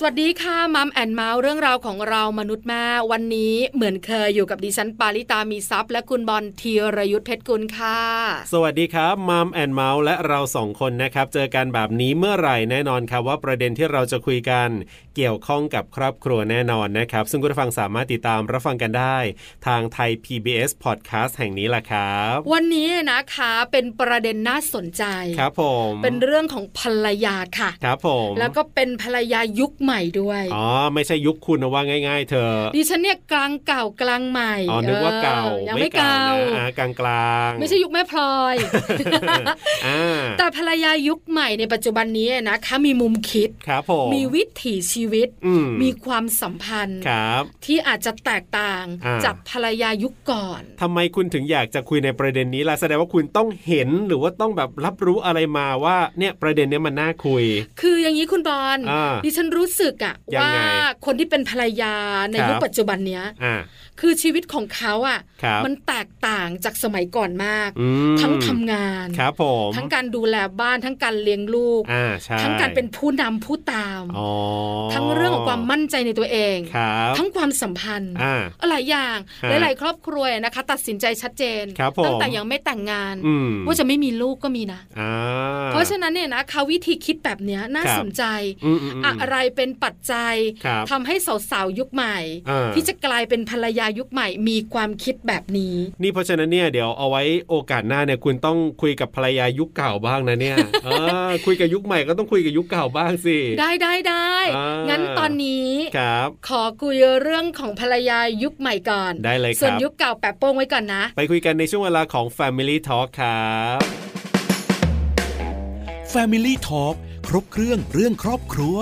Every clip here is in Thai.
สวัสดีค่ะมัมแอนเมาส์เรื่องราวของเรามนุษย์แม่วันนี้เหมือนเคยอยู่กับดิฉันปาริตามีซัพย์และคุณบอลธีรยุทธเพชรกุลค่ะ สวัสดีครับมัมแอนเมาส์และเราสองคนนะครับ เจอกันแบบนี้เมื่อไหร่แน่นอนครับว่าประเด็นที่เราจะคุยกัน เกี่ยวข้องกับครอบครัวแน่นอนนะครับ ซึ่งคุณผู้ฟังสามารถติดตามรับฟังกันได้ ทางไทย PBS Podcast แห่งนี้แหละครับ วันนี้นะคะเป็นประเด็นน่าสนใจ ครับผม เป็นเรื่องของภรรยาค่ะ ครับผม แล้วก็เป็นภรรยายุคใหม่ด้วย อ๋อไม่ใช่ยุคคุณนะว่าง่าย ๆ เธอ ดิฉันเนี่ยกลางเก่ากลางใหม่ อ๋อนึกว่าเก่า ออยัง ไม่ ไม่เก่า เก่านะอ่ากลางกลางๆ ไม่ใช่ยุคแม่พลอย อ่า แต่ภรรยายุคใหม่ในปัจจุบันนี้นะคะมีมุมคิด ครับผม มีวิถีชีวิต อืม มีความสัมพันธ์ ครับ ที่อาจจะแตกต่าง อ่า จากภรรยายุคก่อน ทำไมคุณถึงอยากจะคุยในประเด็นนี้ล่ะแสดงว่าคุณต้องเห็นหรือว่าต้องแบบรับรู้อะไรมาว่าเนี่ยประเด็นเนี้ยมันน่าคุย คืออย่างนี้คุณบอล อ่า ดิฉันรู้สึกอะ ยัง ว่า ไง คนที่เป็นภรรยาใน ครับ ยุคปัจจุบันเนี้ย อ่า คือชีวิตของเขาอะ ครับ มันแตกต่างจากสมัยก่อนมาก อืม ทั้งทำงาน ครับผม ทั้งการดูแลบ้านทั้งการเลี้ยงลูก อ่าใช่ ทั้งการเป็นผู้นำผู้ตาม อ๋อ ทั้งเรื่องของความมั่นใจในตัวเอง ครับ ทั้งความสัมพันธ์ อ่า หลายอย่าง ฮะ หลายๆครอบครัวนะคะ ตัดสินใจชัดเจน ครับผม ตั้งแต่ยังไม่แต่งงาน อืม ว่าจะไม่มีลูกก็มีนะ อ่า เพราะฉะนั้นเนี่ยนะคะวิธีคิดแบบเนี้ยน่า ครับ สนใจ อืมอืมม อะไรเป็นปัจจัย ครับ ทำให้สาวๆยุคใหม่ อ่า ที่จะกลายเป็นภรรยายุคใหม่ มีความคิดแบบนี้ นี่เพราะฉะนั้นเนี่ยเดี๋ยวเอาไว้โอกาสหน้าเนี่ยคุณต้องคุยกับภรรยายุคเก่าบ้างนะเนี่ย เออคุยกับยุคใหม่ก็ต้องคุยกับยุคเก่าบ้างสิ ได้ได้ได้ อ่างั้ งั้นตอนนี้ ครับ ขอคุยเรื่องของภรรยายุคใหม่ก่อน ได้เลยครับ ส่วนยุคเก่าแปะโป้งไว้ก่อนนะ ไปคุยกันในช่วงเวลาของ Family Talk ครับ Family Talk ครบเครื่องเรื่องครอบครัว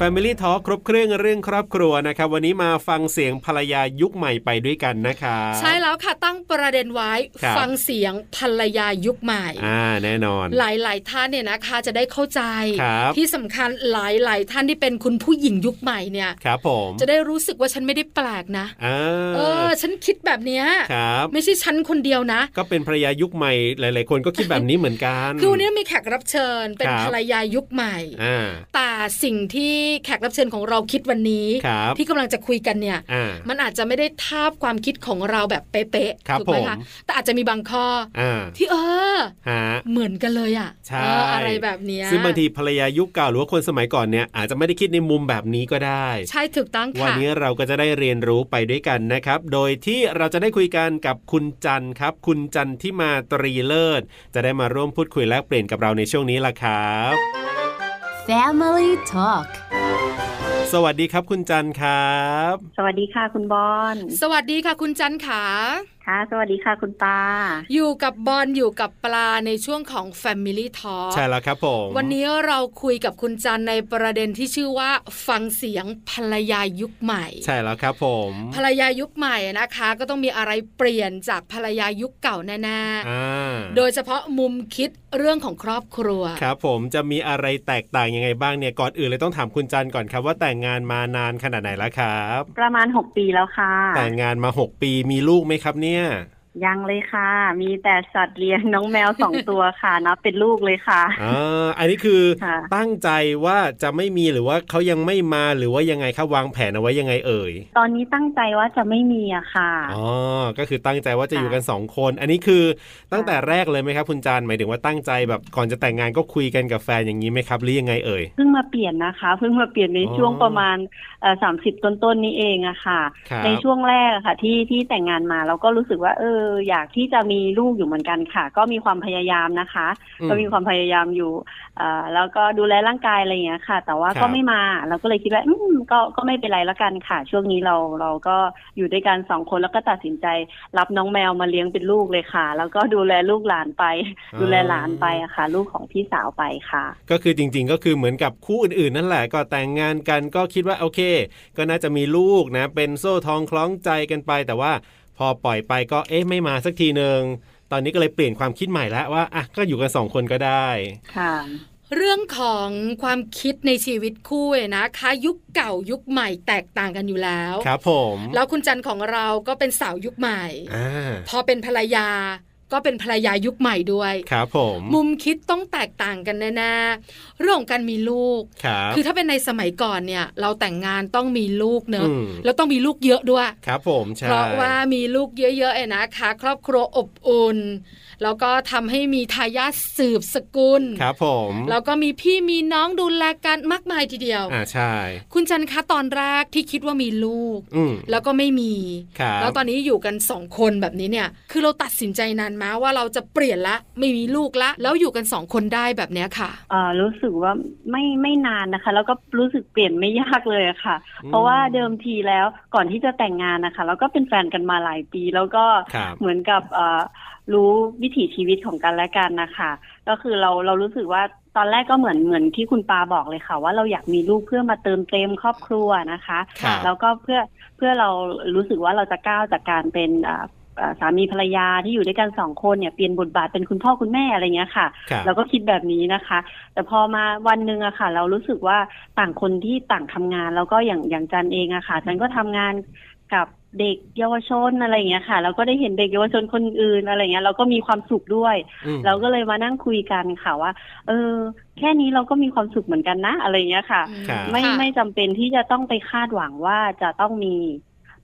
Family Talk ครบเครื่องเรื่องครอบครัวนะครับ วันนี้มาฟังเสียงภรรยายุคใหม่ไปด้วยกันนะครับ ใช่แล้วค่ะตั้งประเด็นไว้ ครับ ฟังเสียงภรรยายุคใหม่ อ่าแน่นอน หลาย ๆ ท่านเนี่ยนะคะจะได้เข้าใจ ครับ ที่สำคัญหลาย ๆ ท่านที่เป็นคุณผู้หญิงยุคใหม่เนี่ย ครับผม จะได้รู้สึกว่าฉันไม่ได้แปลกนะ อ่า เออ ฉันคิดแบบเนี้ย ครับ ไม่ใช่ฉันคนเดียวนะ ก็เป็นภรรยายุคใหม่หลาย ๆ คนก็คิดแบบนี้เหมือนกัน คือวันนี้มีแขกรับเชิญเป็น ครับ ภรรยายุคใหม่ อ่า แต่สิ่งที่แขกรับเชิญของเราคิดวันนี้ ครับ ที่กำลังจะคุยกันเนี่ย อ่า มันอาจจะไม่ได้ทาบความคิดของเราแบบเป๊ะ ครับ ๆถูกไหม ผม คะแต่อาจจะมีบางข้อ อ่า ที่เออ ฮะ เหมือนกันเลยอะ ใช่ เอออะไรแบบเนี้ย ซึ่งบางทีภรรยายุคเก่าหรือว่าคนสมัยก่อนเนี่ยอาจจะไม่ได้คิดในมุมแบบนี้ก็ได้ ใช่ถูกต้อง วัน ค่ะ นี้เราก็จะได้เรียนรู้ไปด้วยกันนะครับ โดยที่เราจะได้คุยกันกับคุณจันครับ คุณจันที่มาตรีเลิศ จะได้มาร่วมพูดคุยแลกเปลี่ยนกับเราในช่วงนี้ล่ะครับ Family Talk สวัสดีครับคุณจันครับ สวัสดีค่ะคุณบอล สวัสดีค่ะคุณจันขา ค่ะ สวัสดีค่ะคุณปา อยู่กับบอลอยู่กับปลาในช่วงของ Family Talk ใช่แล้วครับผม วันนี้เราคุยกับคุณจันในประเด็นที่ชื่อว่า ฟังเสียงภรรยายุคใหม่ ใช่แล้วครับผม ภรรยายุคใหม่นะคะ ก็ต้องมีอะไรเปลี่ยนจากภรรยายุคเก่าแน่ อ่า ๆ โดยเฉพาะมุมคิดเรื่องของครอบครัว ครับผมจะมีอะไรแตกต่างยังไงบ้างเนี่ยก่อนอื่นเลยต้องถามคุณจันก่อนครับ ว่าแต่งงานมานานขนาดไหนแล้วครับ ประมาณ 6 ปีแล้วค่ะ แต่งงานมา 6 ปีมีลูกไหมครับเนี่ย ยังเลยค่ะ มีแต่สัตว์เลี้ยงน้องแมวสองตัวค่ะ นับเป็นลูกเลยค่ะ อ่าอันนี้คือ ค่ะ ตั้งใจว่าจะไม่มีหรือว่าเขายังไม่มาหรือว่ายังไงครับวางแผนเอาไว้ยังไงเอ่ย ตอนนี้ตั้งใจว่าจะไม่มีอะค่ะ อ๋อก็คือตั้งใจว่าจะ ค่ะ อยู่กันสองคน อันนี้คือตั้งแต่แรกเลยไหมครับคุณจันหมายถึงว่าตั้งใจแบบก่อนจะแต่งงานก็คุยกันกับแฟนอย่างนี้ไหมครับหรือยังไงเอ่ย เพิ่งมาเปลี่ยนนะคะ เพิ่งมาเปลี่ยนใน อ๋อ ช่วงประมาณสามสิบต้นๆนี้เองอะค่ะ ครับ ในช่วงแรกอะค่ะ ที่ที่แต่งงานมาเราก็รู้สึกว่า เออ อยากที่จะมีลูกอยู่เหมือนกันค่ะ ก็มีความพยายามนะคะ ก็มีความพยายามอยู่เอ่อแล้วก็ดูแลร่างกายอะไรอย่างเงี้ยค่ะ แต่ว่า ครับ ก็ไม่มา เราก็เลยคิดว่าอืมก็ก็ไม่เป็นไรละกันค่ะ ช่วงนี้เราเราก็อยู่ด้วยกันสองคนแล้วก็ตัดสินใจ รับน้องแมวมาเลี้ยงเป็นลูกเลยค่ะ แล้วก็ดูแลลูกหลานไป ดูแลหลานไปอะค่ะ ลูกของพี่สาวไปค่ะ ก็คือจริง ๆ ก็คือเหมือนกับคู่อื่น ๆ นั่นแหละก็แต่งงานกันก็คิดว่าโอเค ก็น่าจะมีลูกนะ เป็นโซ่ทองคล้องใจกันไป แต่ว่าพอปล่อยไปก็เอ๊ะไม่มาสักทีหนึ่งตอนนี้ก็เลยเปลี่ยนความคิดใหม่แล้วว่าอ่ะก็อยู่กันสองคนก็ได้ ค่ะ เรื่องของความคิดในชีวิตคู่เนี่ยนะคะ ยุคเก่ายุคใหม่แตกต่างกันอยู่แล้ว ครับผม แล้วคุณจันของเราก็เป็นสาวยุคใหม่ อ่า พอเป็นภรรยาก็เป็นภรรยายุคใหม่ด้วย ครับผม มุมคิดต้องแตกต่างกันแน่ๆเรื่องของการมีลูก ครับ คือถ้าเป็นในสมัยก่อนเนี่ย เราแต่งงานต้องมีลูกเนอะ อืม แล้วต้องมีลูกเยอะด้วย ครับผมใช่ เพราะว่ามีลูกเยอะๆเอ้นะคะ ครอบครัวอบอุ่น แล้วก็ทำให้มีทายาทสืบสกุล ครับผม แล้วก็มีพี่มีน้องดูแลกันมากมายทีเดียว อ่าใช่ คุณจันคะตอนแรกที่คิดว่ามีลูก อืม แล้วก็ไม่มี ครับ แล้วตอนนี้อยู่กันสองคนแบบนี้เนี่ย คือเราตัดสินใจนานมาว่าเราจะเปลี่ยนละ ไม่มีลูกละ แล้วอยู่กันสองคนได้แบบเนี้ยค่ะ เอ่อรู้สึกว่าไม่ไม่นานนะคะ แล้วก็รู้สึกเปลี่ยนไม่ยากเลยอะค่ะ เพราะว่าเดิมทีแล้วก่อนที่จะแต่งงานนะคะเราก็เป็นแฟนกันมาหลายปี แล้วก็ ครับ เหมือนกับเอ่อรู้วิถีชีวิตของกันและกันนะคะ ก็คือเราเรารู้สึกว่าตอนแรกก็เหมือนเหมือนที่คุณปาบอกเลยค่ะ ว่าเราอยากมีลูกเพื่อมาเติมเต็มครอบครัวนะคะ ครับ แล้วก็เพื่อเพื่อเรารู้สึกว่าเราจะก้าวจากการเป็นอ่าอ่าสามีภรรยาที่อยู่ด้วยกันสองคนเนี่ยเปลี่ยนบทบาทเป็นคุณพ่อคุณแม่อะไรเงี้ยค่ะ ครับ เราก็คิดแบบนี้นะคะ แต่พอมาวันหนึ่งอะค่ะ เรารู้สึกว่าต่างคนที่ต่างทำงาน แล้วก็อย่างอย่างจันเองอะค่ะจันก็ทำงานกับเด็กเยาวชนอะไรอย่างเงี้ยค่ะ เราก็ได้เห็นเด็กเยาวชนคนอื่นอะไรอย่างเงี้ยเราก็มีความสุขด้วย อืม เราก็เลยมานั่งคุยกันค่ะว่า เออ แค่นี้เราก็มีความสุขเหมือนกันนะอะไรอย่างเงี้ยค่ะ ครับ ไม่ไม่จำเป็นที่จะต้องไปคาดหวังว่าจะต้องมี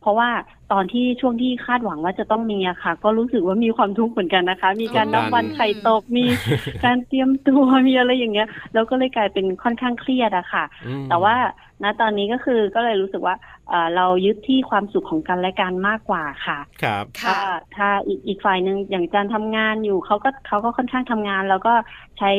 เพราะว่าตอนที่ช่วงที่คาดหวังว่าจะต้องมีอะค่ะ ก็รู้สึกว่ามีความทุกข์เหมือนกันนะคะ มีการนับวันไข่ตกมี การเตรียมตัวมีอะไรอย่างเงี้ยแล้วก็เลยกลายเป็นค่อนข้างเครียดอะค่ะ อืม แต่ว่าณตอนนี้ก็คือก็เลยรู้สึกว่าเอ่อเรายึดที่ความสุขของกันและกันมากกว่าค่ะ ครับ ค่ะ ว่าถ้าอีกอีกฝ่ายหนึ่งอย่างจันทำงานอยู่เขาก็เขาก็ค่อนข้างทำงาน แล้วก็ใช้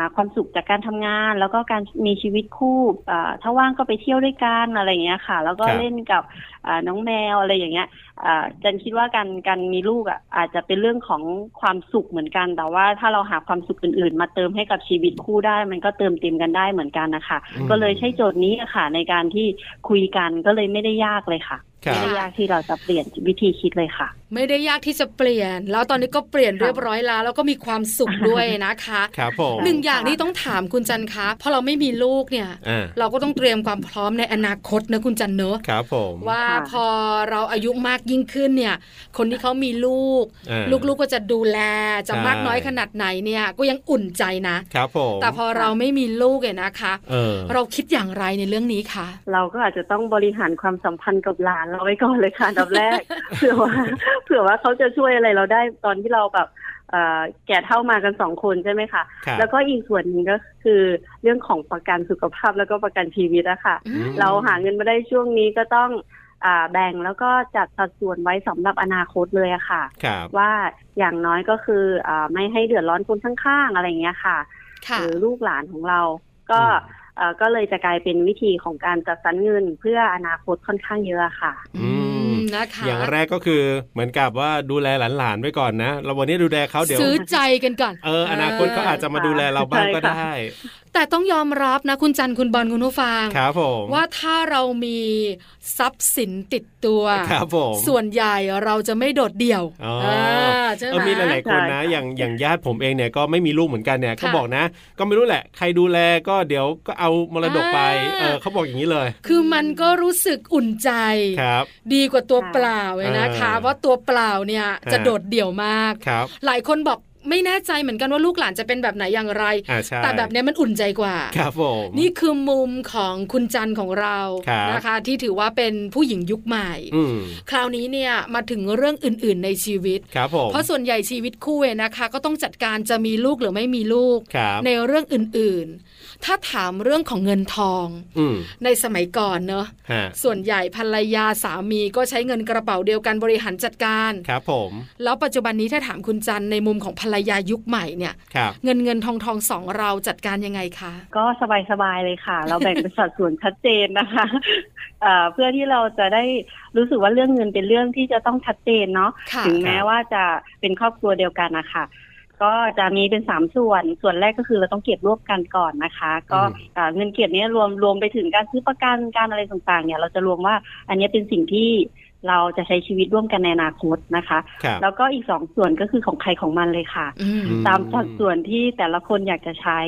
หาความสุขจากการทำงาน แล้วก็การมีชีวิตคู่เอ่อถ้าว่างก็ไปเที่ยวด้วยกันอะไรอย่างเงี้ยค่ะ แล้วก็ ครับ เล่นกับเอ่อน้องแมวอะไรอย่างเงี้ย อ่าจันคิดว่าการการมีลูกอ่ะอาจจะเป็นเรื่องของความสุขเหมือนกัน แต่ว่าถ้าเราหาความสุขอื่นๆ มาเติมให้กับชีวิตคู่ได้ มันก็เติมเต็มกันได้เหมือนกันนะคะ อืม ก็เลยใช้โจทย์นี้อะค่ะ ในการที่คุยกันก็เลยไม่ได้ยากเลยค่ะ ครั ไม่ บ ได้ยากที่เราจะเปลี่ยนวิธีคิดเลยค่ะ ไม่ได้ยากที่จะเปลี่ยน แล้วตอนนี้ก็เปลี่ยน ค่ะ เรียบร้อยแล้ว แล้วก็มีความสุขด้วยนะคะ ครับผม หนึ่งอย่างที่ต้องถามคุณจันคะเพราะเราไม่มีลูกเนี่ย อ่า เราก็ต้องเตรียมความพร้อมในอนาคตนะคุณจันเนอะ ครับผม ว่า ค่ะ พอเราอายุมากยิ่งขึ้นเนี่ย คนที่เขามีลูก อ่า ลูกๆก็จะดูแลจะ ใช่ มากน้อยขนาดไหนเนี่ย ก็ยังอุ่นใจนะ ครับผม แต่พอเราไม่มีลูกเนี่ยนะคะ เออ เราคิดอย่างไรในเรื่องนี้คะ เราก็อาจจะต้องบริหารความสัมพันธ์กับหลานเราไว้ก่อนเลยค่ะอันดับแร ก เผื่อว่าเผื่อว่าเขาจะช่วยอะไรเราได้ตอนที่เราแบบเอ่อแก่เท่ามากันสองคนใช่ไหมคะ ครับ แล้วก็อีกส่วนหนึ่งก็คือเรื่องของประกันสุขภาพแล้วก็ประกันชีวิตอะค่ะ อืม เราหาเงินมาได้ช่วงนี้ก็ต้องอ่าแบ่งแล้วก็จัดสัดส่วนไว้สำหรับอนาคตเลยอะค่ะ ครับ ว่าอย่างน้อยก็คืออาไม่ให้เดือดร้อนคนข้างๆอะไรอย่างเงี้ยค่ะ ค่ะ หรือลูกหลานของเรา ก็ อืม เอ่อก็เลยจะกลายเป็นวิธีของการจัดสรรเงินเพื่ออนาคตค่อนข้างเยอะอะค่ะ อื อื ม มนะคะ อย่างแรกก็คือเหมือนกับว่าดูแลหลานๆไว้ก่อนนะเราวันนี้ดูแลเขาเดี๋ยว ซื้อใจกันก่อน เอออนาคตเขาอาจจะมาดูแลเราบ้างก็ ใช่ค่ะ ได้ แต่ต้องยอมรับนะคุณจันคุณบอลคุณผู้ฟัง ครับผม ว่าถ้าเรามีทรัพย์สินติดตัว ครับผม ส่วนใหญ่เราจะไม่โดดเดี่ยว อ๋อ าใช่ไห เออมีห ม ลายๆคน ใช่ นะ ค่ะ อย่างอย่างญาติผมเองเนี่ยก็ไม่มีลูกเหมือนกันเนี่ยก็ ค่ะ บอกนะ ก็ไม่รู้แหละ ใครดูแลก็เดี๋ยวก็เอามรดกไป อ่า เออเขาบอกอย่างนี้เลย คือมันก็รู้สึกอุ่นใจ ครับ ดีกว่าตัวเปล่าเลยนะคะ เออ เพราะตัวเปล่าเนี่ย ฮะ จะโดดเดี่ยวมาก ครับ หลายคนบอกไม่แน่ใจเหมือนกันว่าลูกหลานจะเป็นแบบไหนอย่างไร อ่าใช่ แต่แบบเนี้ยมันอุ่นใจกว่า ครับผม นี่คือมุมของคุณจันของเรา ครับ นะคะ ที่ถือว่าเป็นผู้หญิงยุคใหม่ อืม คราวนี้เนี่ยมาถึงเรื่องอื่น ๆ ในชีวิต ครับผม เพราะส่วนใหญ่ชีวิตคู่เนี่ยนะคะ ก็ต้องจัดการจะมีลูกหรือไม่มีลูก ครับ ในเรื่องอื่นๆ ถ้าถามเรื่องของเงินทอง อืม ในสมัยก่อนเนอะ ฮะ ส่วนใหญ่ภรรยาสามีก็ใช้เงินกระเป๋าเดียวกันบริหารจัดการ ครับผม แล้วปัจจุบันนี้ถ้าถามคุณจันในมุมของภรรยายุคใหม่เนี่ย ครับ เงินเงินทองทองสองเราจัดการยังไงคะ ก็สบายๆเลยค่ะ เราแบ่งเป็นสัดส่วนชัดเจนนะคะเอ่อเพื่อที่เราจะได้รู้สึกว่าเรื่องเงินเป็นเรื่องที่จะต้องชัดเจนเนาะ ค่ะ ถึงแม้ว่าจะเป็นครอบครัวเดียวกันนะคะก็จะมีเป็นสามส่วนส่วนแรกก็คือเราต้องเก็บรวบกันก่อนนะคะ ก็ อืม เอ่อเงินเก็บเนี้ยรวมรวมไปถึงการซื้อประกันการอะไรต่างๆเนี่ยเราจะรวมว่าอันเนี้ยเป็นสิ่งที่ เราจะใช้ชีวิตร่วมกันในอนาคตนะคะ ครับ แล้วก็อีกสองส่วนก็คือของใครของมันเลยค่ะ อืม อืม ตามสัดส่วนที่แต่ละคนอยากจะใช้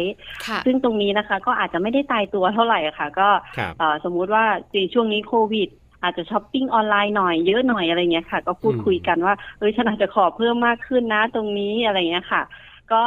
ค่ะ ซึ่งตรงนี้นะคะก็อาจจะไม่ได้ตายตัวเท่าไหร่ค่ะ ก็ ครับ เอ่อสมมุติว่าในช่วงนี้โควิด อาจจะช้อปปิ้งออนไลน์หน่อยเยอะหน่อยอะไรเงี้ยค่ะ ก็พูดคุยกันว่าเอ้ยฉันอาจจะขอเพิ่มมากขึ้นนะ ตรงนี้อะไรเงี้ยค่ะ ก็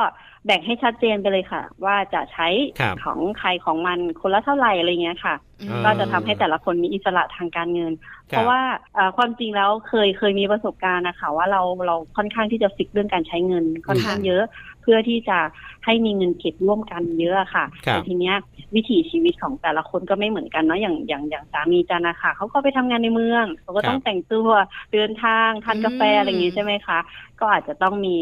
แบ่งให้ชัดเจนไปเลยค่ะ ว่าจะใช้ ครับ ของใครของมันคนละเท่าไหร่อะไรเงี้ยค่ะ อืม า ก็จะทำให้แต่ละคนมีอิสระทางการเงิน ค เพ บ ราะว่าเอ่อความจริงแล้วเคยเคยมีประสบการณ์นะคะว่าเราเราค่อนข้างที่จะฟิกเรื่องการใช้เงินค่อนข้าง ค่ะ เยอะ เพื่อที่จะให้มีเงินเก็บร่วมกันเยอะอะค่ะ ครับ แต่ทีเนี้ยวิถีชีวิตของแต่ละคนก็ไม่เหมือนกันเนาะอย่างอย่างอย่างสามีจันนะคะเขาก็ไปทำงานในเมืองเขาก็ต้อง ครับ แต่งตัวเดินทางทานกาแฟ อืม อะไรอย่างงี้ใช่ไหมคะ ก็อาจจะต้องมี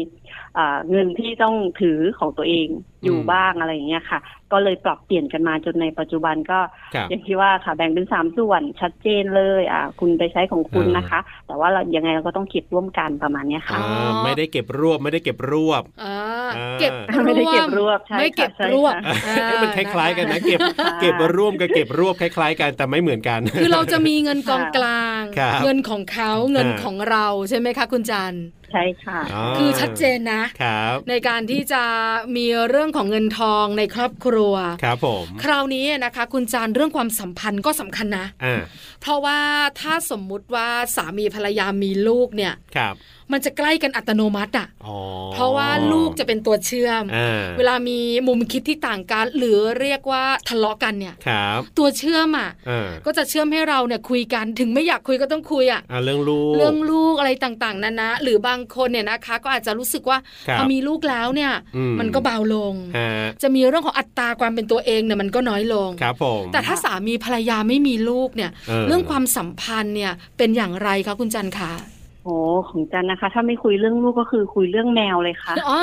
เอ่อเงินที่ต้องถือของตัวเองอยู่ อืม บ้างอะไรอย่างเงี้ยค่ะ ก็เลยปรับเปลี่ยนกันมาจนในปัจจุบันก็ ครับ อย่างที่ว่าค่ะแบ่งเป็นสามส่วนชัดเจนเลยอ่าคุณไปใช้ของคุณ เออ นะคะ แต่ว่าเรายังไงเราก็ต้องเก็บร่วมกันประมาณเนี้ยค่ะ อ่าไม่ได้เก็บรวบไม่ได้เก็บรวบ อ่า อ่า เก็บ ไม่ได้เก็บรวบใช่ ไม่เก็บ ค่ะใช่ รวบ ค่ะ อ่า เอ๊ะมันคล้ายๆกันนะเก็บ ค่ะ เก็บร่วมกับเก็บรวบคล้ายๆ กันแต่ไม่เหมือนกัน คือเราจะมีเงินกองกลาง ครับ เงินของเขาเงิน อ่า ของเราใช่ไหมคะคุณจันทร์ ใช่ค่ะ อ่า คือชัดเจนนะ ครับ ในการที่จะมีเรื่องของเงินทองในครอบครัว ครับผม คราวนี้นะคะ คุณจานเรื่องความสัมพันธ์ก็สำคัญนะ อ่า เพราะว่าถ้าสมมุติว่าสามีภรรยามีลูกเนี่ย ครับ มันจะใกล้กันอัตโนมัติอ่ะ อ๋อ เพราะว่าลูกจะเป็นตัวเชื่อม อ่า เวลามีมุมคิดที่ต่างกัน หรือเรียกว่าทะเลาะกันเนี่ย ครับ ตัวเชื่อมอ่ะ อ่า ก็จะเชื่อมให้เราเนี่ยคุยกันถึงไม่อยากคุยก็ต้องคุยอ่ะ อ่าเรื่องลูก เรื่องลูกอะไรต่างๆนานาหรือบางคนเนี่ยนะคะ ก็อาจจะรู้สึกว่า ครับ พอมีลูกแล้วเนี่ย อืม มันก็เบาลง ฮะ จะมีเรื่องของอัตราความเป็นตัวเองเนี่ยมันก็น้อยลง ครับผม แต่ถ้าสามีภรรยาไม่มีลูกเนี่ย เออ เรื่องความสัมพันธ์เนี่ยเป็นอย่างไรคะคุณจันคะ โอ้ของจันนะคะ ถ้าไม่คุยเรื่องลูกก็คือคุยเรื่องแมวเลยค่ะ อ๋อ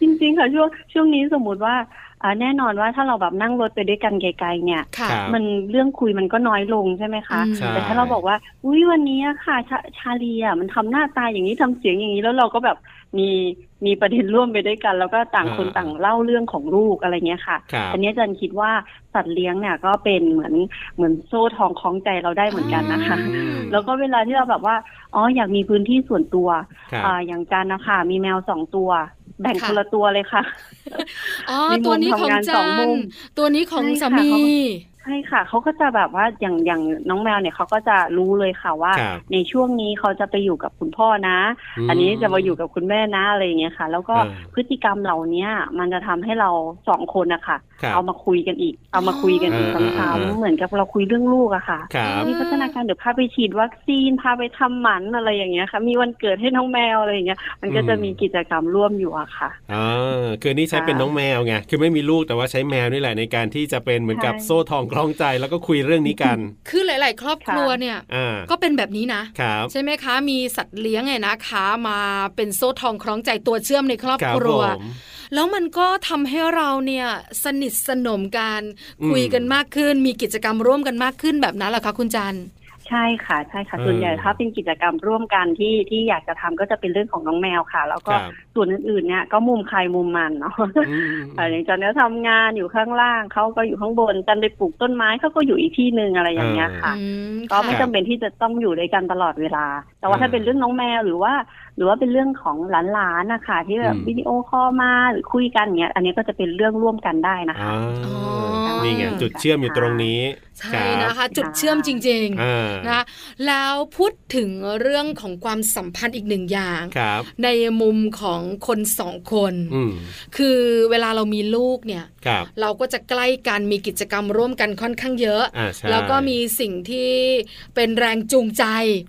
จริงๆค่ะช่วงช่วงนี้สมมุติว่าอ่าแน่นอนว่าถ้าเราแบบนั่งรถไปด้วยกันไกลๆเนี่ย ค่ะ ครับ มันเรื่องคุยมันก็น้อยลงใช่ไหมคะ อืม ใช่ แต่ถ้าเราบอกว่า อุ้ยวันนี้อะค่ะชาชาลีอ่ะมันทำหน้าตาอย่างนี้ทำเสียงอย่างนี้แล้วเราก็แบบมีมีประเด็นร่วมไปด้วยกัน แล้วก็ต่างคน อ่า ต่างเล่าเรื่องของลูกอะไรเงี้ยค่ะ ครับ อันนี้อาจันคิดว่าสัตว์เลี้ยงเนี่ยก็เป็นเหมือนเหมือนโซ่ทองคล้องใจเราได้เหมือนกันนะคะ อืม แล้วก็เวลาที่เราแบบว่าอ๋ออยากมีพื้นที่ส่วนตัว ครับ อาอย่างจันนะคะมีแมวสองตัว แบ่ง ค่ะ คนละตัวเลยค่ะ อ๋อ มีมุม ตัวนี้ขอทำงงานส จั องมุ น ม ตัวนี้ของ ใช่ค่ะ สามี เขา ใช่ค่ะเขาก็จะแบบว่าอย่างอย่างน้องแมวเนี่ยเขาก็จะรู้เลยค่ะว่า ครับ ในช่วงนี้เขาจะไปอยู่กับคุณพ่อนะ อันนี้จะมาอยู่กับคุณแม่นะอะไรอย่างเงี้ยค่ะ แล้วก็ อ่า พฤติกรรมเหล่านี้มันจะทำให้เราสองคนนะคะ ครับ เอามาคุยกันอีก เอามาคุยกันอีก อ่า ซ้ำ อ่า ๆเหมือนกับเราคุยเรื่องลูกอะค่ะ ครับ มีพัฒนาการเดี๋ยวพาไปฉีดวัคซีนพาไปทำหมันอะไรอย่างเงี้ยค่ะ มีวันเกิดให้น้องแมวอะไรอย่างเงี้ยมันก็จะมีกิจกรรมร่วมอยู่อะค่ะ อ่าคือนี่ใช้เป็นน้องแมวไงคือไม่มีลูกแต่ว่าใช้แมวนี่แหละในการที่จะเป็นเหมือนกับ ใช่ โซ่ทองคล้องใจแล้วก็คุยเรื่องนี้กัน คือหลาย ๆ ครอบครัวเนี่ย อ่า ก็เป็นแบบนี้นะ ครับ ใช่ไหมคะ มีสัตว์เลี้ยงไงนะคะ มาเป็นโซ่ทองคล้องใจตัวเชื่อมในครอบ ครับ ครัว ผม แล้วมันก็ทำให้เราเนี่ยสนิทสนมกัน อืม คุยกันมากขึ้น มีกิจกรรมร่วมกันมากขึ้นแบบนั้นเหรอคะคุณจันทร์ ใช่ค่ะใช่ค่ะ เออ ส่วนใหญ่ถ้าเป็นกิจกรรมร่วมกันที่ที่อยากจะทำก็จะเป็นเรื่องของน้องแมวค่ะ แล้ว ค ก็ รับ ส่วนอื่นๆเนี่ยก็มุมใครมุมมันเนาะ อืม อ่าอย่างจันเนี่ยทำงานอยู่ข้างล่างเขาก็อยู่ข้างบนจันไปปลูกต้นไม้เขาก็อยู่อีกที่หนึ่งอะไรอย่างเงี้ยค่ะ อืม ก็ไม่ ค่ะ จำเป็นที่จะต้องอยู่ด้วยกันตลอดเวลา แต่ว่าถ้า อ่า เป็นเรื่องน้องแมวหรือว่า หรือว่าเป็นเรื่องของหลานๆนะคะที่แบบ อืม วิดีโอคอลมาหรือคุยกันเงี้ย อันนี้ก็จะเป็นเรื่องร่วมกันได้นะคะ อ่า อ๋อ นี่ไงจุดเชื่อมอยู่ตรงนี้ ใช่ รับ นะคะ จุดเชื่อมจริง อ่า ๆนะคะแล้วพูดถึงเรื่องของความสัมพันธ์อีกหนึ่งอย่าง ครับ ในมุมของคนสองคน อืม คือเวลาเรามีลูกเนี่ย ครับ เราก็จะใกล้กันมีกิจกรรมร่วมกันค่อนข้างเยอะ อ่าใช่ แล้วก็มีสิ่งที่เป็นแรงจูงใจ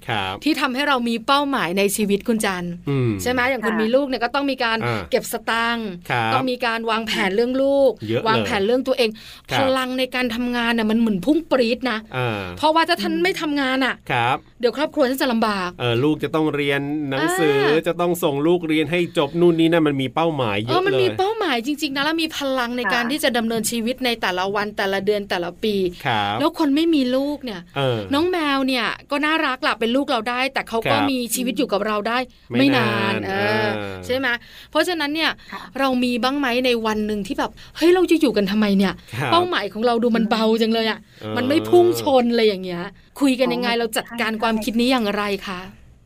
ครับ ที่ทำให้เรามีเป้าหมายในชีวิตคุณจันทร์ อืม ใช่ไหมอย่างคน ค่ะ มีลูกเนี่ยก็ต้องมีการ อ่า เก็บสตางค์ ครับ ต้องมีการวางแผนเรื่องลูก เยอะเลยว างแผนเรื่องตัวเอง ครั พ บ ลังในการทำงานน่ะมันเหมือนพุ่งปรี๊ดนะ อ่า เพราะว่าถ้าท่านไม่ทำงานอ่ะ ครับ เดี๋ยวครอบครัวฉันจะลำบาก เออลูกจะต้องเรียนหนังสือ เออ จะต้องส่งลูกเรียนให้จบนู่นนี่นั่นมันมีเป้าหมายเย เอ อะ อ เลย มันมีเป้าหมาย จริง ๆนะแล้วมีพลังใน ค่ะ การที่จะดำเนินชีวิตในแต่ละวันแต่ละเดือนแต่ละปี ครับ แล้วคนไม่มีลูกเนี่ย เออ น้องแมวเนี่ยก็น่ารักล่ะเป็นลูกเราได้ แต่เขา ครั ก็ บ มีชีวิตอยู่กับเราได้ ไม่ ไม่ นาน าน นเออ เออ ใช่ไหมเพราะฉะนั้นเนี่ย ค่ะ เรามีบ้างไหมในวันหนึ่งที่แบบเฮ้ยเราจะอยู่กันทำไมเนี่ย ครับ เป้าหมายของเราดูมันเบาจังเลยอ่ะ เออ มันไม่พุ่งชนเลยอย่างเงี้ย คุยกันยังไง อ๋อ เราจัดการ ใช่ ความคิดนี้อย่างไรคะ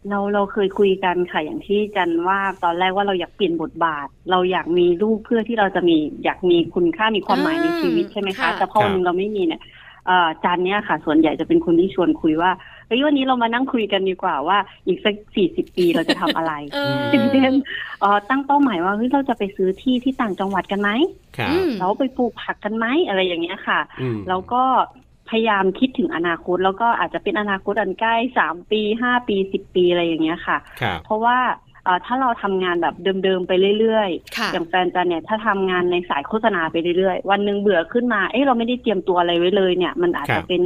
เราเราเคยคุยกันค่ะอย่างที่จันว่าตอนแรกว่าเราอยากเปลี่ยนบทบาท เราอยากมีลูกเพื่อที่เราจะมีอยากมีคุณค่ามีความหมายในชีวิตใช่ไหมคะแต่พอวันหนึงเราไม่มีเนี่ยเอ่อจันเนี่ยค่ะ ส่วนใหญ่จะเป็นคนที่ชวนคุยว่าเฮ้ยวันนี้เรามานั่งคุยกันดีกว่าว่าอีกสักสี่สิบปีเราจะทำอะไร เออ ตื่นเต้น เอ่อตั้งเป้าหมายว่าเฮ้ยเราจะไปซื้อที่ที่ต่างจังหวัดกันไหม ครับ อืม เราไปปลูกผักกันไหมอะไรอย่างเงี้ยค่ะ อืม แล้วก็พยายามคิดถึงอนาคต แล้วก็อาจจะเป็นอนาคตอันใกล้สามปีห้าปีสิบปีอะไรอย่างเงี้ยค่ะ ครับ เพราะว่าเอ่อถ้าเราทำงานแบบเดิมๆไปเรื่อย ค่ะ ๆ อย่างแฟนจันเนี่ยถ้าทำงานในสายโฆษณาไปเรื่อยๆ วันหนึ่งเบื่อขึ้นมา เอ้เราไม่ได้เตรียมตัวอะไรไว้เลยเนี่ย มันอาจจะเป็น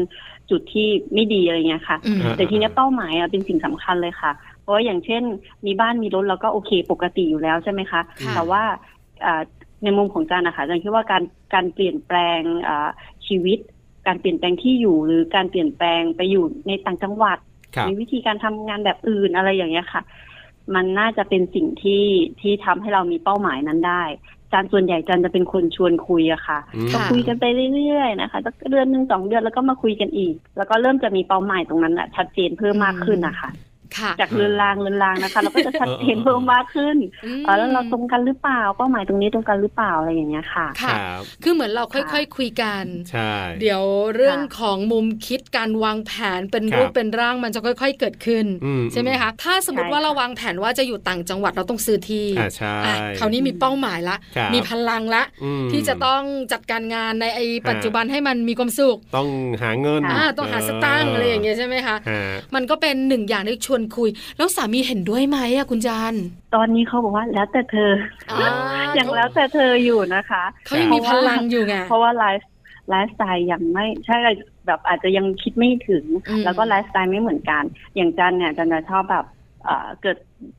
จุดที่ไม่ดีอะไรเงี้ยค่ะ อืม อ่า แต่ทีเนี้ยเป้าหมายอะเป็นสิ่งสำคัญเลยค่ะ เพราะว่าอย่างเช่น มีบ้านมีรถเราก็โอเคปกติอยู่แล้วใช่ไหมคะ ค่ะ แต่ว่าอ่าในมุมของจานนะคะจานคิดว่าการการเปลี่ยนแปลงอ่าชีวิต การเปลี่ยนแปลงที่อยู่หรือการเปลี่ยนแปลงไปอยู่ในต่างจังหวัด ครับ มีวิธีการทำงานแบบอื่นอะไรอย่างเงี้ยค่ะ มันน่าจะเป็นสิ่งที่ที่ทำให้เรามีเป้าหมายนั้นได้จานส่วนใหญ่จันจะเป็นคนชวนคุยอะค่ะ อืม ค่ะ คุยกันไปเรื่อยๆนะคะสักเดือนหนึ่งสองเดือนแล้วก็มาคุยกันอีก แล้วก็เริ่มจะมีเป้าหมายตรงนั้นแหละชัดเจนเพิ่มมากขึ้นนะคะ ค่ะ จากเลือนลางเลือนลางนะคะ เราก็จะชัดเจนเพิ่มมากขึ้น ม เออแล้วเราตรงกันหรือเปล่า เป้าหมายตรงนี้ตรงกันหรือเปล่าอะไรอย่างเงี้ยค่ะ ค ค่ะ รับ คือเหมือนเราค่อยๆคุยกัน ใช่ เดี๋ยวเรื่อง ค่ะ ของมุมคิดการวางแผนเป็น ครับ รูปเป็นร่างมันจะค่อย ๆ เกิดขึ้น อืม ใช่ไหมคะ ถ้าสมมติ ใช่ ว่า ค่ะ เราวางแผนว่าจะอยู่ต่างจังหวัดเราต้องซื้อที่ อ่าใช่ อ่ะคราวนี้มีเป้าหมายละ ครับ มีพลังละ อืม ที่จะต้องจัดการงานในไอ ฮะ ปัจจุบันให้มันมีความสุข ต้องหาเงิน อ่าต้องหาสตางค์อะไรอย่างเงี้ยใช่ไหมคะ ฮะ มันก็เป็นหนึ่งอย่างที่ชวนคุย แล้วสามีเห็นด้วยไหมอะคุณจัน ตอนนี้เขาบอกว่าแล้วแต่เธออ อ่า อย่างแล้วแต่เธออยู่นะคะ เขายังมีพลังอยู่ไง เพราะว่าไลฟ์ไลฟ์สไตล์ยังไม่ใช่แบบอาจจะยังคิดไม่ถึง อืม แล้วก็ไลฟ์สไตล์ไม่เหมือนกัน อย่างจันเนี่ยจันจะชอบแบบเอ่อเกิด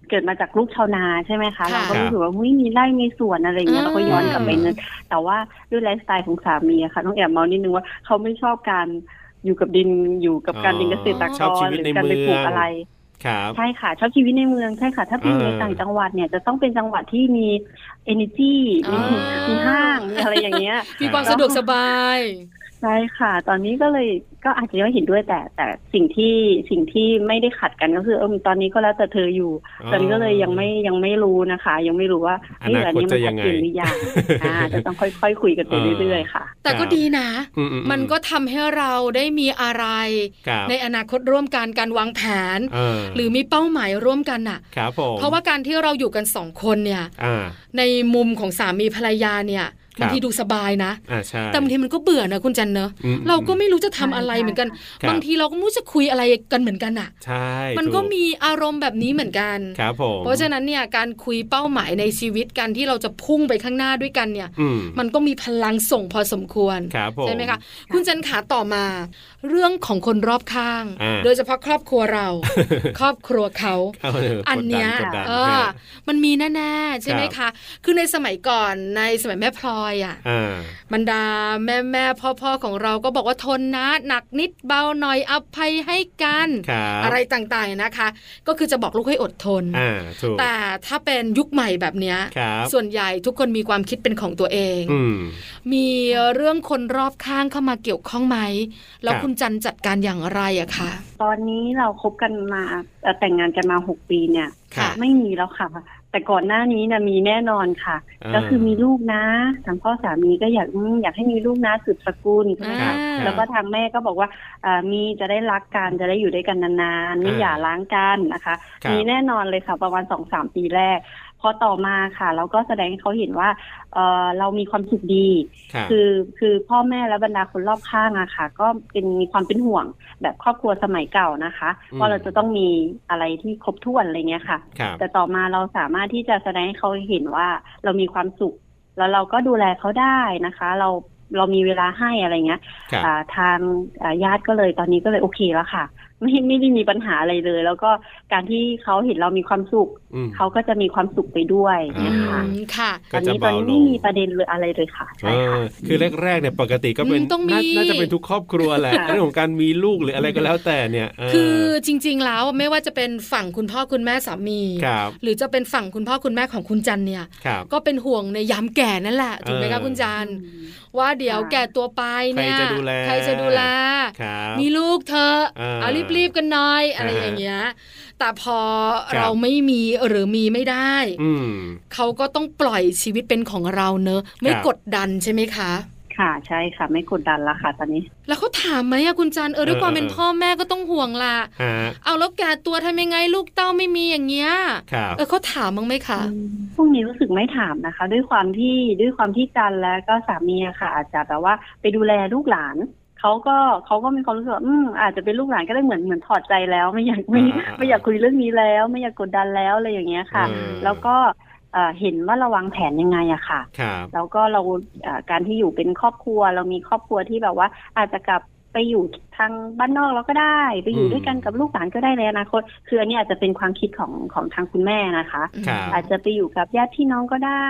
เกิดมาจากลูกชาวนาใช่ไหมคะเราก็ ค่ะ รู้สึกว่าอุ๊ยมีไร่มีสวนอะไรอย่างเงี้ยเราก็ย้อนกลับไปนึกแต่ว่าด้วยไลฟ์สไตล์ของสามีอะค่ะต้องแอบเมานิดนึงว่าเขาไม่ชอบการอยู่กับดินอยู่กับการ อ๋อ เป็นเกษตร ช ก อบชี ร วิต หรื ใน อการไปปลูก เมือง อะไร ครับ ใช่ค่ะชอบชีวิตในเมืองใช่ค่ะ ถ้าเป็น เออ ในต่างจังหวัดเนี่ยจะต้องเป็นจังหวัดที่มี energy อ๋ มี อ มีห้างมีอะไรอย่างเงี้ย มีความสะดวกสบาย ใช่ค่ะ ตอนนี้ก็เลยก็อาจจะยังไม่เห็นด้วยแต่แต่สิ่งที่สิ่งที่ไม่ได้ขัดกันก็คือเออตอนนี้ก็แล้วแต่เธออยู่ตอนนี้ก็เลยยังไม่ยังไม่รู้นะคะ ยังไม่รู้ว่าเฮ้ย อนาคต อันนี้มั จะ น ยั ชัด งไง เจนหรือยังอ่าจะต้องค่อยๆคุยกันไปเรื่อยๆค่ะ แต่ก็ ครับ ดีนะ อือื มันก็ทำให้เราได้มีอะไร ครับ ในอนาคตร่วมกันการวางแผน เ หรือมีเป้าหมายร่วมกันน่ะ ครับผม เพราะว่าการที่เราอยู่กันสองคนเนี่ย อ่า ในมุมของสามีภรรยาเนี่ย ครับ าง บ ทีดูสบายนะ อ่าใช่ แต่บางทีมันก็เบื่อนะคุณจันเนอะ อืม เราก็ไม่รู้จะทำอะไร ใช่ เหมือนกัน ครับ บางทีเราก็ไม่รู้จะคุยอะไรกันเหมือนกันอ่ะ ใช่ มันก็ ถู มีอารมณ์แบบนี้เหมือนกัน ครับผม เพราะฉะนั้นเนี่ยการคุยเป้าหมายในชีวิตการที่เราจะพุ่งไปข้างหน้าด้วยกันเนี่ย อืม มันก็มีพลังส่งพอสมควร ครับผม ใช่ไหมคะ คุณจันขาต่อมา เรื่องของคนรอบข้าง อ่า โดยเฉพาะครอบครัว เรา ครอบครัวเขา เออ อันเนี้ย กดดักด เอ ดั อ ฮะ มันมีแน่ๆ ใช่ไหม คคะรับ คือในสมัยก่อนในสมัยแม่พลอยอ่ะ อ่า บรรดาแม่แม่พ่อพ่อๆของเราก็บอกว่าทนนะ หนักนิดเบาหน่อยอภัยให้กัน ครับ อะไรต่างๆนะคะ ก็คือจะบอกลูกให้อดทน อ่าถูก แต่ถ้าเป็นยุคใหม่แบบเนี้ย ครับ ส่วนใหญ่ทุกคนมีความคิดเป็นของตัวเอง อืม มีเรื่องคนรอบข้างเข้ามาเกี่ยวข้องไหม แล้ว ครับ คุณจันจัดการอย่างไรอะคะ ตอนนี้เราคบกันมาเอ่อแต่งงานกันมาหกปีเนี่ย ค่ะ ไม่มีแล้วค่ะ แต่ก่อนหน้านี้นะมีแน่นอนค่ะ อ่า ก็คือมีลูกนะทางพ่อสามีก็อยากอืมอยากให้มีลูกนะสืบสกุลใช่ไหม อ่า คะ ครับครับ แล้วก็ทางแม่ก็บอกว่าอ่ามีจะได้รักกันจะได้อยู่ด้วยกันนานๆไม่ อ่า หย่าร้างกันนะคะ ครับ มีแน่นอนเลยค่ะประมาณสองสามปีแรก พอต่อมาค่ะ เราก็แสดงให้เขาเห็นว่าเอ่อเรามีความสุขดี ครับ คือคือพ่อแม่และบรรดาคนรอบข้างอะค่ะ ก็เป็นมีความเป็นห่วงแบบครอบครัวสมัยเก่านะคะ อืม ว่าเราจะต้องมีอะไรที่ครบถ้วนอะไรเงี้ยค่ะ ครับ แต่ต่อมาเราสามารถที่จะแสดงให้เขาเห็นว่าเรามีความสุข แล้วเราก็ดูแลเขาได้นะคะ เราเรามีเวลาให้อะไรเงี้ย ครับ อ่าทางอ่าญาติก็เลยตอนนี้ก็เลยโอเคแล้วค่ะ ไม่ไม่ได้มีปัญหาอะไรเลย แล้วก็การที่เขาเห็นเรามีความสุข อืม เขาก็จะมีความสุขไปด้วย อ่า เนย อื คะ มค่ะ ตอนนี้ตอนนี้ไม่มีประเด็นเลยอะไรเลยค่ะใช่ เอ ค่ะ อคือแรกๆเนี่ยปกติก็เป็น อืมต้องมี น่าน่าจะเป็นทุกครอบครัวแหละ ค่ะ เรื่องของการมีลูกหรืออะไรก็แล้วแต่เนี่ยเ คือจริง ๆ แล้วไม่ว่าจะเป็นฝั่งคุณพ่อคุณแม่สามี ครับ หรือจะเป็นฝั่งคุณพ่อคุณแม่ของคุณจันเนี่ย ครับ ก็เป็นห่วงในยามแก่นั่นแหละถูกไหมคะ เออ คุณจันว่าเดี๋ยว ค่ะ แก่ตัวไปเนี่ย ใครจะดูแล ใครจะดูแล ครับ มีลูกเธอะ เออ เอารีบๆกันหน่อยอะไร อ่าฮะ อย่างเงี้ย แต่พอ ครับ เราไม่มีหรือมีไม่ได้ อืม เขาก็ต้องปล่อยชีวิตเป็นของเราเนอะ ไม่ ครับ กดดันใช่ไหมคะ ค่ะใช่ค่ะ ไม่กดดันละค่ะ ตอนนี้ แล้วเขาถามไหมอะคุณจันเออด้วยความเป็นพ่อแม่ก็ต้องห่วงล่ะ ฮะ เอาแล้วแก่ตัวทำยังไงลูกเต้าไม่มีอย่างเงี้ย ครับ เออเขาถามมั้างไหมคะ พรุ่งนี้รู้สึกไม่ถามนะคะ ด้วยความที่ด้วยความที่จันและก็สามีอะค่ะ อาจจะแบบว่าไปดูแลลูกหลานเขาก็เขาก็มีความรู้สึกว่าอืมอาจจะเป็นลูกหลานก็ได้เหมือนเหมือนถอดใจแล้วไม่อยากไม่ไม่อยากคุยเรื่องนี้แล้ว ไม่อยากกดดันแล้วอะไรอย่างเงี้ยค่ะ เออ แล้วก็เอ่อเห็นว่าเระวังแผนยังไงอะค่ะ ครับ แล้วก็เราเอ่อการที่อยู่เป็นครอบครัว เรามีครอบครัวที่แบบว่า อาจจะกลับไปอยู่ทางบ้านนอกเราก็ได้ ไปอยู่ อืม ด้วยกันกับลูกหลานก็ได้ในอนาคตคืออันนี้อาจจะเป็นความคิดของของทางคุณแม่นะคะ ครับ อาจจะไปอยู่กับญาติพี่น้องก็ได้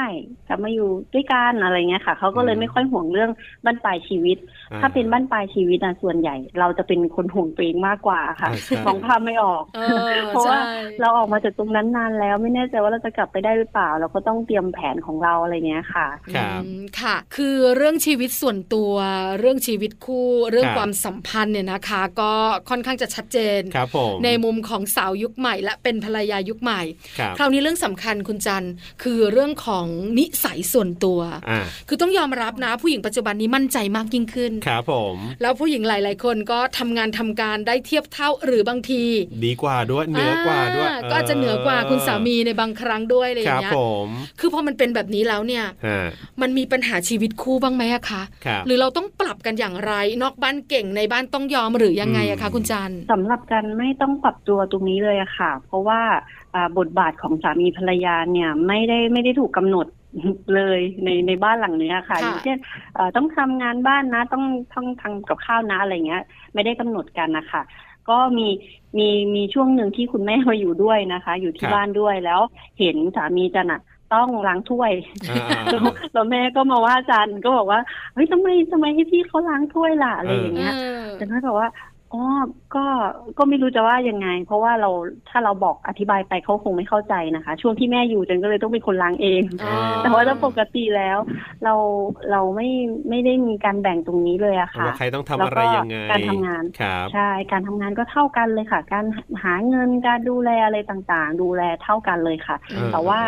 กลับมาอยู่ด้วยกันอะไรเงี้ยค่ะเขาก็เลย อืม ไม่ค่อยห่วงเรื่องบ้านปลายชีวิต ถ้าเป็นบ้านปลายชีวิตนะส่วนใหญ่ เราจะเป็นคนห่วงตัวเองมากกว่าค่ะ อ่าใช่ มองภาพไม่ออก เออ เพราะว่า ใช่ เราออกมาจากตรงนั้นนานแล้ว ไม่แน่ใจว่าเราจะกลับไปได้หรือเปล่า เราก็ต้องเตรียมแผนของเราอะไรเงี้ยค่ะ ครับ อืมค่ะ คือเรื่องชีวิตส่วนตัว เรื่องชีวิตคู่ เรื่อง ครับ ความสัมพันธ์เนี่ยนะคะ ก็ค่อนข้างจะชัดเจน ครับผม ในมุมของสาวยุคใหม่ และเป็นภรรยายุคใหม่ ครับ คราวนี้เรื่องสำคัญคุณจันคือเรื่องของนิสัยส่วนตัว อ่า คือต้องยอมรับนะ ผู้หญิงปัจจุบันนี้มั่นใจมากยิ่งขึ้น ครับผม แล้วผู้หญิงหลาย ๆ คนก็ทำงานทำการได้เทียบเท่าหรือบางที ดีกว่าด้วยเหนือกว่าด้วย อ่ก็อาจจะเหนือกว่าคุณสามีในบางครั้งด้วยอะไรอ ค ย่า รั ง บ เงี้ย ผม คือพอมันเป็นแบบนี้แล้วเนี่ย ฮะ มันมีปัญหาชีวิตคู่บ้างไหมอะคะ ครับ หรือเราต้องปรับกันอย่างไร นอกบ้านเก่งในบ้านต้องยอมหรือยังไงอะคะ อืม คุณจันทร์ สำหรับกันไม่ต้องปรับตัวตรงนี้เลยอะค่ะ เพราะว่าอ่าบทบาทของสามีภรรยาเนี่ยไม่ได้ไม่ได้ถูกกำหนด เลยในในบ้านหลังเนี้ยค่ะ ค่ะ อย่างเช่นเอ่อต้องทำงานบ้านนะต้องต้องทำกับข้าวนะอะไรเงี้ย ไม่ได้กำหนดกันนะคะก็มีมีมีช่วงหนึ่งที่คุณแม่มาอยู่ด้วยนะคะ อยู่ ค ที่ รับ บ้านด้วยแล้วเห็นสามีจันอะต้องล้างถ้วย อ่าอ่า แล้วแล้วแม่ก็มาว่าจันก็บอกว่าเฮ้ยทำไมทำไมให้พี่เขาล้างถ้วยล่ะอะไรอย่างเงี้ย เออ แต่น้อยบอกว่า อ๋อ ก็ ก็ไม่รู้จะว่ายังไง เพราะว่าเรา ถ้าเราบอกอธิบายไปเขาคงไม่เข้าใจนะคะ ช่วงที่แม่อยู่จันก็เลยต้องเป็นคนล้างเอง อ๋อ แต่ว่าถ้าปกติแล้ว เรา เราไม่ ไม่ได้มีการแบ่งตรงนี้เลยอะค่ะ ว่าใครต้องทำอะไรยังไง แล้วก็การทำงาน ครับ ใช่ การทำงานก็เท่ากันเลยค่ะ การหาเงิน การดูแลอะไรต่างๆ ดูแลเท่ากันเลยค่ะ เออ แต่ว่า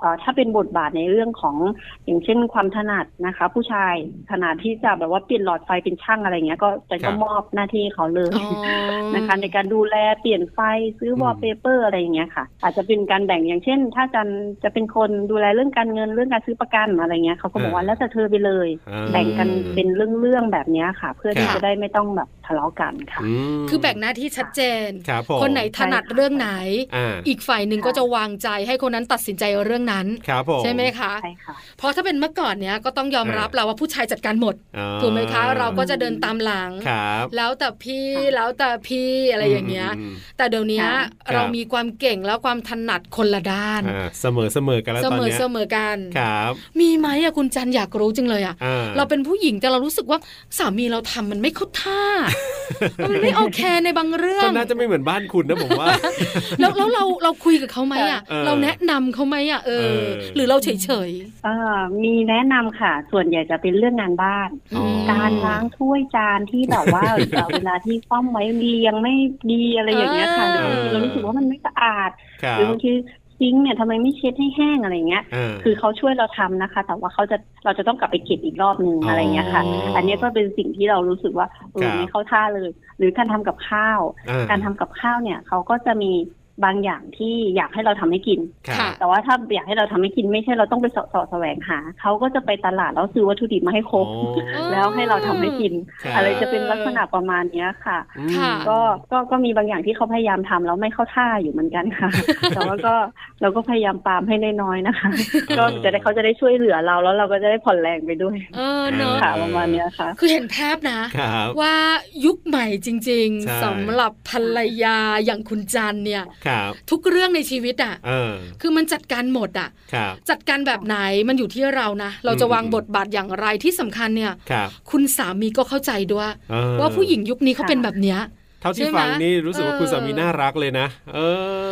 เอ่อถ้าเป็นบทบาทในเรื่องของอย่างเช่นความถนัดนะคะ ผู้ชายถนัดที่จะแบบว่าเปลี่ยนหลอดไฟเป็นช่างอะไรเงี้ย ก็แต่ ครั ก็ บ มอบหน้าที่เขาเลย อ๋อ นะคะในการดูแลเปลี่ยนไฟซื้อ ม วอลเปเปอร์อะไรอย่างเงี้ยค่ะ อาจจะเป็นการแบ่งอย่างเช่น ถ้าจันจะเป็นคนดูแลเรื่องการเงินเรื่องการซื้อประกันอะไรเงี้ยเขาก็บอกว่าแล้วแต่เธอไปเลย อ่า แบ่งกันเป็นเรื่องๆแบบเนี้ยค่ะ เพื่อที่ ค่ะ จะได้ไม่ต้องแบบทะเลาะกันค่ะ อืม คือแบ่งหน้าที่ชัดเจน ครับผม คนไหนถนัด ใช่ค่ะ เรื่องไหน อ่า อีกฝ่ายหนึ่ง ค่ะ ก็จะวางใจให้คนนั้นตัดสินใจเรื่องนั้น ครับผม ใช่ไหมคะ ใช่ค่ะ เพราะถ้าเป็นเมื่อก่อนเนี้ยก็ต้องยอมรับแหละว่าผู้ชายจัดการหมด อ่า ถูกไหมคะ เราก็จะเดินตามหลัง ครับ แล้วแต่พี่ ค่ะ แล้วแต่พี่อะไรอย่างเงี้ย ม แต่เดี๋ยวเนี้ย ค่ะ เรา ครับ มีความเก่งและความถนัดคนละด้าน อ่าเสมอเสมอกันแล้ว เส ตอน มอ เนี้ย เสมอกัน ครับ มีไหมอะคุณจันอยากรู้จังเลยอะ อ่ เราเป็นผู้หญิงแต่เรารู้สึกว่าสามีเราทำมันไม่เข้า ท่า มันไม่โอเคในบางเรื่อ ก็ ง น่าจะไม่เหมือนบ้านคุณนะผมว่า แล้วแล้วเราเราคุยกับเขาไหมอะ เออ เราแนะนำเขาไหมอะเอ เอ อ อ หรือเราเฉยเฉย เอ่อมีแนะนำค่ะ ส่วนใหญ่จะเป็นเรื่องงานบ้าน ๆ อ๋อ ม การล้างถ้วยจานที่แบบว่า เอ่อเวลาที่ป้อมไว้เรียงไม่ดีอะไรอย่างเงี้ยค่ะ อ่า บางทีเรารู้สึกว่ามันไม่สะอาด ครั หรือบ บางทีซิงค์เนี่ยทำไมไม่เช็ดให้แห้งอะไรเงี้ย คือเขาช่วยเราทำนะคะ แต่ว่าเขาจะเราจะต้องกลับไปเก็บอีกรอบนึง อ๋ออ อะไรเงี้ยค่ะ อันเนี้ยก็เป็นสิ่งที่เรารู้สึกว่าเออ ครับ ไม่เข้าท่าเลย หรือการทำกับข้าว อ่ การทำกับข้าวเนี่ยเขาก็จะมี บางอย่างที่อยากให้เราทำให้กิน ครับ ค่ะ แต่ว่าถ้าอยากให้เราทำให้กินไม่ใช่เราต้องไปเสาะเสาะแสวงหาเขาก็จะไปตลาดแล้วซื้อวัตถุดิบมาให้ครบ อ๋ เอ อ อ แล้วให้เราทำให้กิน ครับ อะไรจะเป็นลักษณะประมาณเนี้ยค่ะ อืม ค่ะ ก็ก็ก็มีบางอย่างที่เขาพยายามทำแล้วไม่เข้าท่าอยู่เหมือนกัน ค่ะ แต่ว่าก็เราก็พยายามปรามให้น้อยๆนะคะ ก็จะได้เขาจะได้ช่วยเหลือเราแล้วเราก็จะได้ผ่อนแรงไปด้วย เออเนอะ ค่ะประมาณเนี้ยค่ะ คือเห็นภาพนะ ครับ ว่ายุคใหม่จริง ใช่ ๆสำหรับภรรยาอย่างคุณจันเนี่ย ครับ ทุกเรื่องในชีวิตอ่ะ เออ คือมันจัดการหมดอ่ะ ครับ จัดการแบบไหนมันอยู่ที่เรานะ เราจะวาง อืม บทบาทอย่างไรที่สำคัญเนี่ย ครับ คุณสามีก็เข้าใจด้วย เออ ว่าผู้หญิงยุคนี้เขาเป็นแบบเนี้ย เท่าที่ ใช่ไหม ฟังนี่รู้สึกว่า เออ คุณสามีน่ารักเลยนะ เอ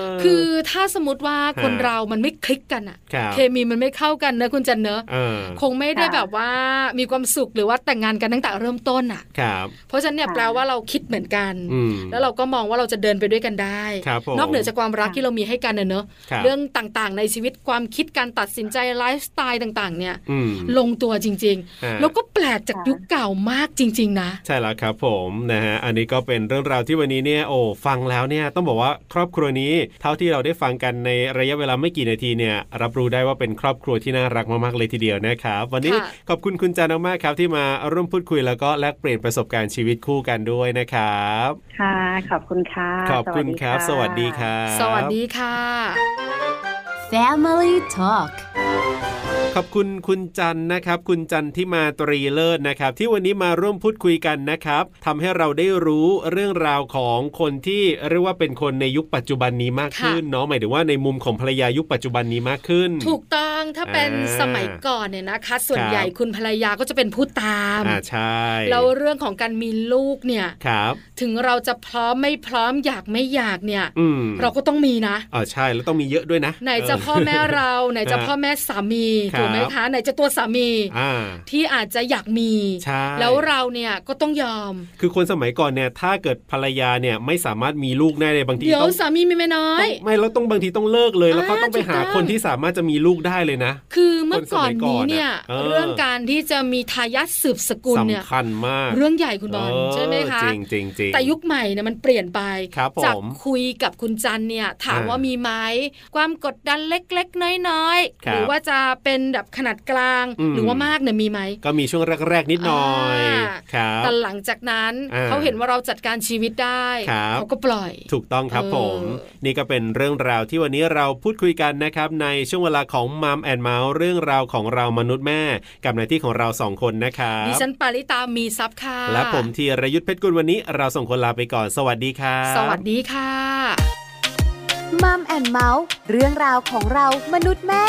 อ คือถ้าสมมติว่าคน ฮะ เรามันไม่คลิกกันอ่ะ ครับ เคมีมันไม่เข้ากันเนอะคุณจันเนอะ เออ คงไม่ได้ ค่ะ แบบว่ามีความสุขหรือว่าแต่งงานกันตั้งแต่เริ่มต้นอ่ะ ครับ เพราะฉะนั้นเนี่ย ค่ะ แปลว่าเราคิดเหมือนกัน อืม แล้วเราก็มองว่าเราจะเดินไปด้วยกันได้ ครับผม นอกเหนือจากความรักที่เรามีให้กันน่ะเนอะ ครับ เรื่องต่างๆ ในชีวิตความคิดการตัดสินใจไลฟ์สไตล์ต่างๆ เนี่ย อืม ลงตัวจริง ฮะ ๆ แล้วก็แปลกจากยุคเก่ามากจริง ๆ นะ ใช่แล้วครับผมนะฮะอันนี้ก็เป็นเรื่องราวที่วันนี้เนี่ยโอ้ฟังแล้วเนี่ยต้องบอกว่าครอบครัวนี้เท่าที่เราได้ฟังกันในระยะเวลาไม่กี่นาทีเนี่ยรับรู้ได้ว่าเป็นครอบครัวที่น่ารักมากๆเลยทีเดียวนะครับ วันนี้ ค่ะ ขอบคุณคุณจานมากๆครับที่มาร่วมพูดคุยแล้วก็แลกเปลี่ยนประสบการณ์ชีวิตคู่กันด้วยนะครับ ค่ะ ขอบคุณค่ะ ขอบคุณครับ สวัสดีคะ รับ สวัสดีค่ะ Family Talk ขอบคุณคุณจันทร์นะครับ คุณจันทิมาตรีเลิศนะครับ ที่วันนี้มาร่วมพูดคุยกันนะครับทำให้เราได้รู้เรื่องราวของคนที่เรียกว่าเป็นคนในยุคปัจจุบันนี้มากขึ้น ค่ะ เนาะหมายถึงว่าในมุมของภรรยายุคปัจจุบันนี้มากขึ้น ถูกต้องถ้าเป็น อ่า สมัยก่อนเนี่ยนะคะ ส่วน ครับ ใหญ่คุณภรรยาก็จะเป็นผู้ตาม อ่าใช่ แล้วเรื่องของการมีลูกเนี่ย ครับ ถึงเราจะพร้อมไม่พร้อมอยากไม่อยากเนี่ย อืม เราก็ต้องมีนะ อ่าใช่แล้วต้องมีเยอะด้วยนะ ไหนจะ เออ พ่อแม่เราไหนจะพ่อแม่สามี ครับ ถูกไหมคะไหนจะตัวสามี อ่า ที่อาจจะอยากมี ใช่ แล้วเราเนี่ยก็ต้องยอม คือคนสมัยก่อนเนี่ยถ้าเกิดภรรยาเนี่ยไม่สามารถมีลูกได้เลยบางที เดี๋ยว ต้อง สามีมีแม่น้อย ไม่แล้วต้องบางทีต้องเลิกเลย แล้วก็ อ่า ต้องไป ถูก หา ต้อง คนที่สามารถจะมีลูกได้เลยนะ คือเมื่อก่อนนี้เนี่ย คนสมัยก่อนอะเออ เรื่องการที่จะมีทายาทสืบสกุลเนี่ย สำคัญมาก เรื่องใหญ่คุณบอล เ ใช่ไหมคะ จริงจริงจริง แต่ยุคใหม่เนี่ยมันเปลี่ยนไป ครับผม จากคุยกับคุณจันเนี่ย ถาม อ่า ว่ามีไหมความกดดันเล็กๆ น้อย คๆหรับรือว่าจะเป็นแบบขนาดกลาง อืม หรือว่ามากเนี่ยมีไหม ก็มีช่วงแรก ๆ นิดหน่อย อ่า ครับ แต่หลังจากนั้น อ่า เขาเห็นว่าเราจัดการชีวิตได้ ครับ เขาก็ปล่อย ถูกต้องครับ เออ ผม นี่ก็เป็นเรื่องราวที่วันนี้เราพูดคุยกันนะครับ ในช่วงเวลาของมัมแอนเมาส์เรื่องราวของเรามนุษย์แม่ กับหน้าที่ของเราสองคนนะครับ ดิฉันปาริตามีซับค่ะ และผมธีรยุทธเพชรกุลวันนี้ เราส่งคนลาไปก่อนสวัสดีครับ สวัสดีค่ะ มัมแอนเมาส์เรื่องราวของเรามนุษย์แม่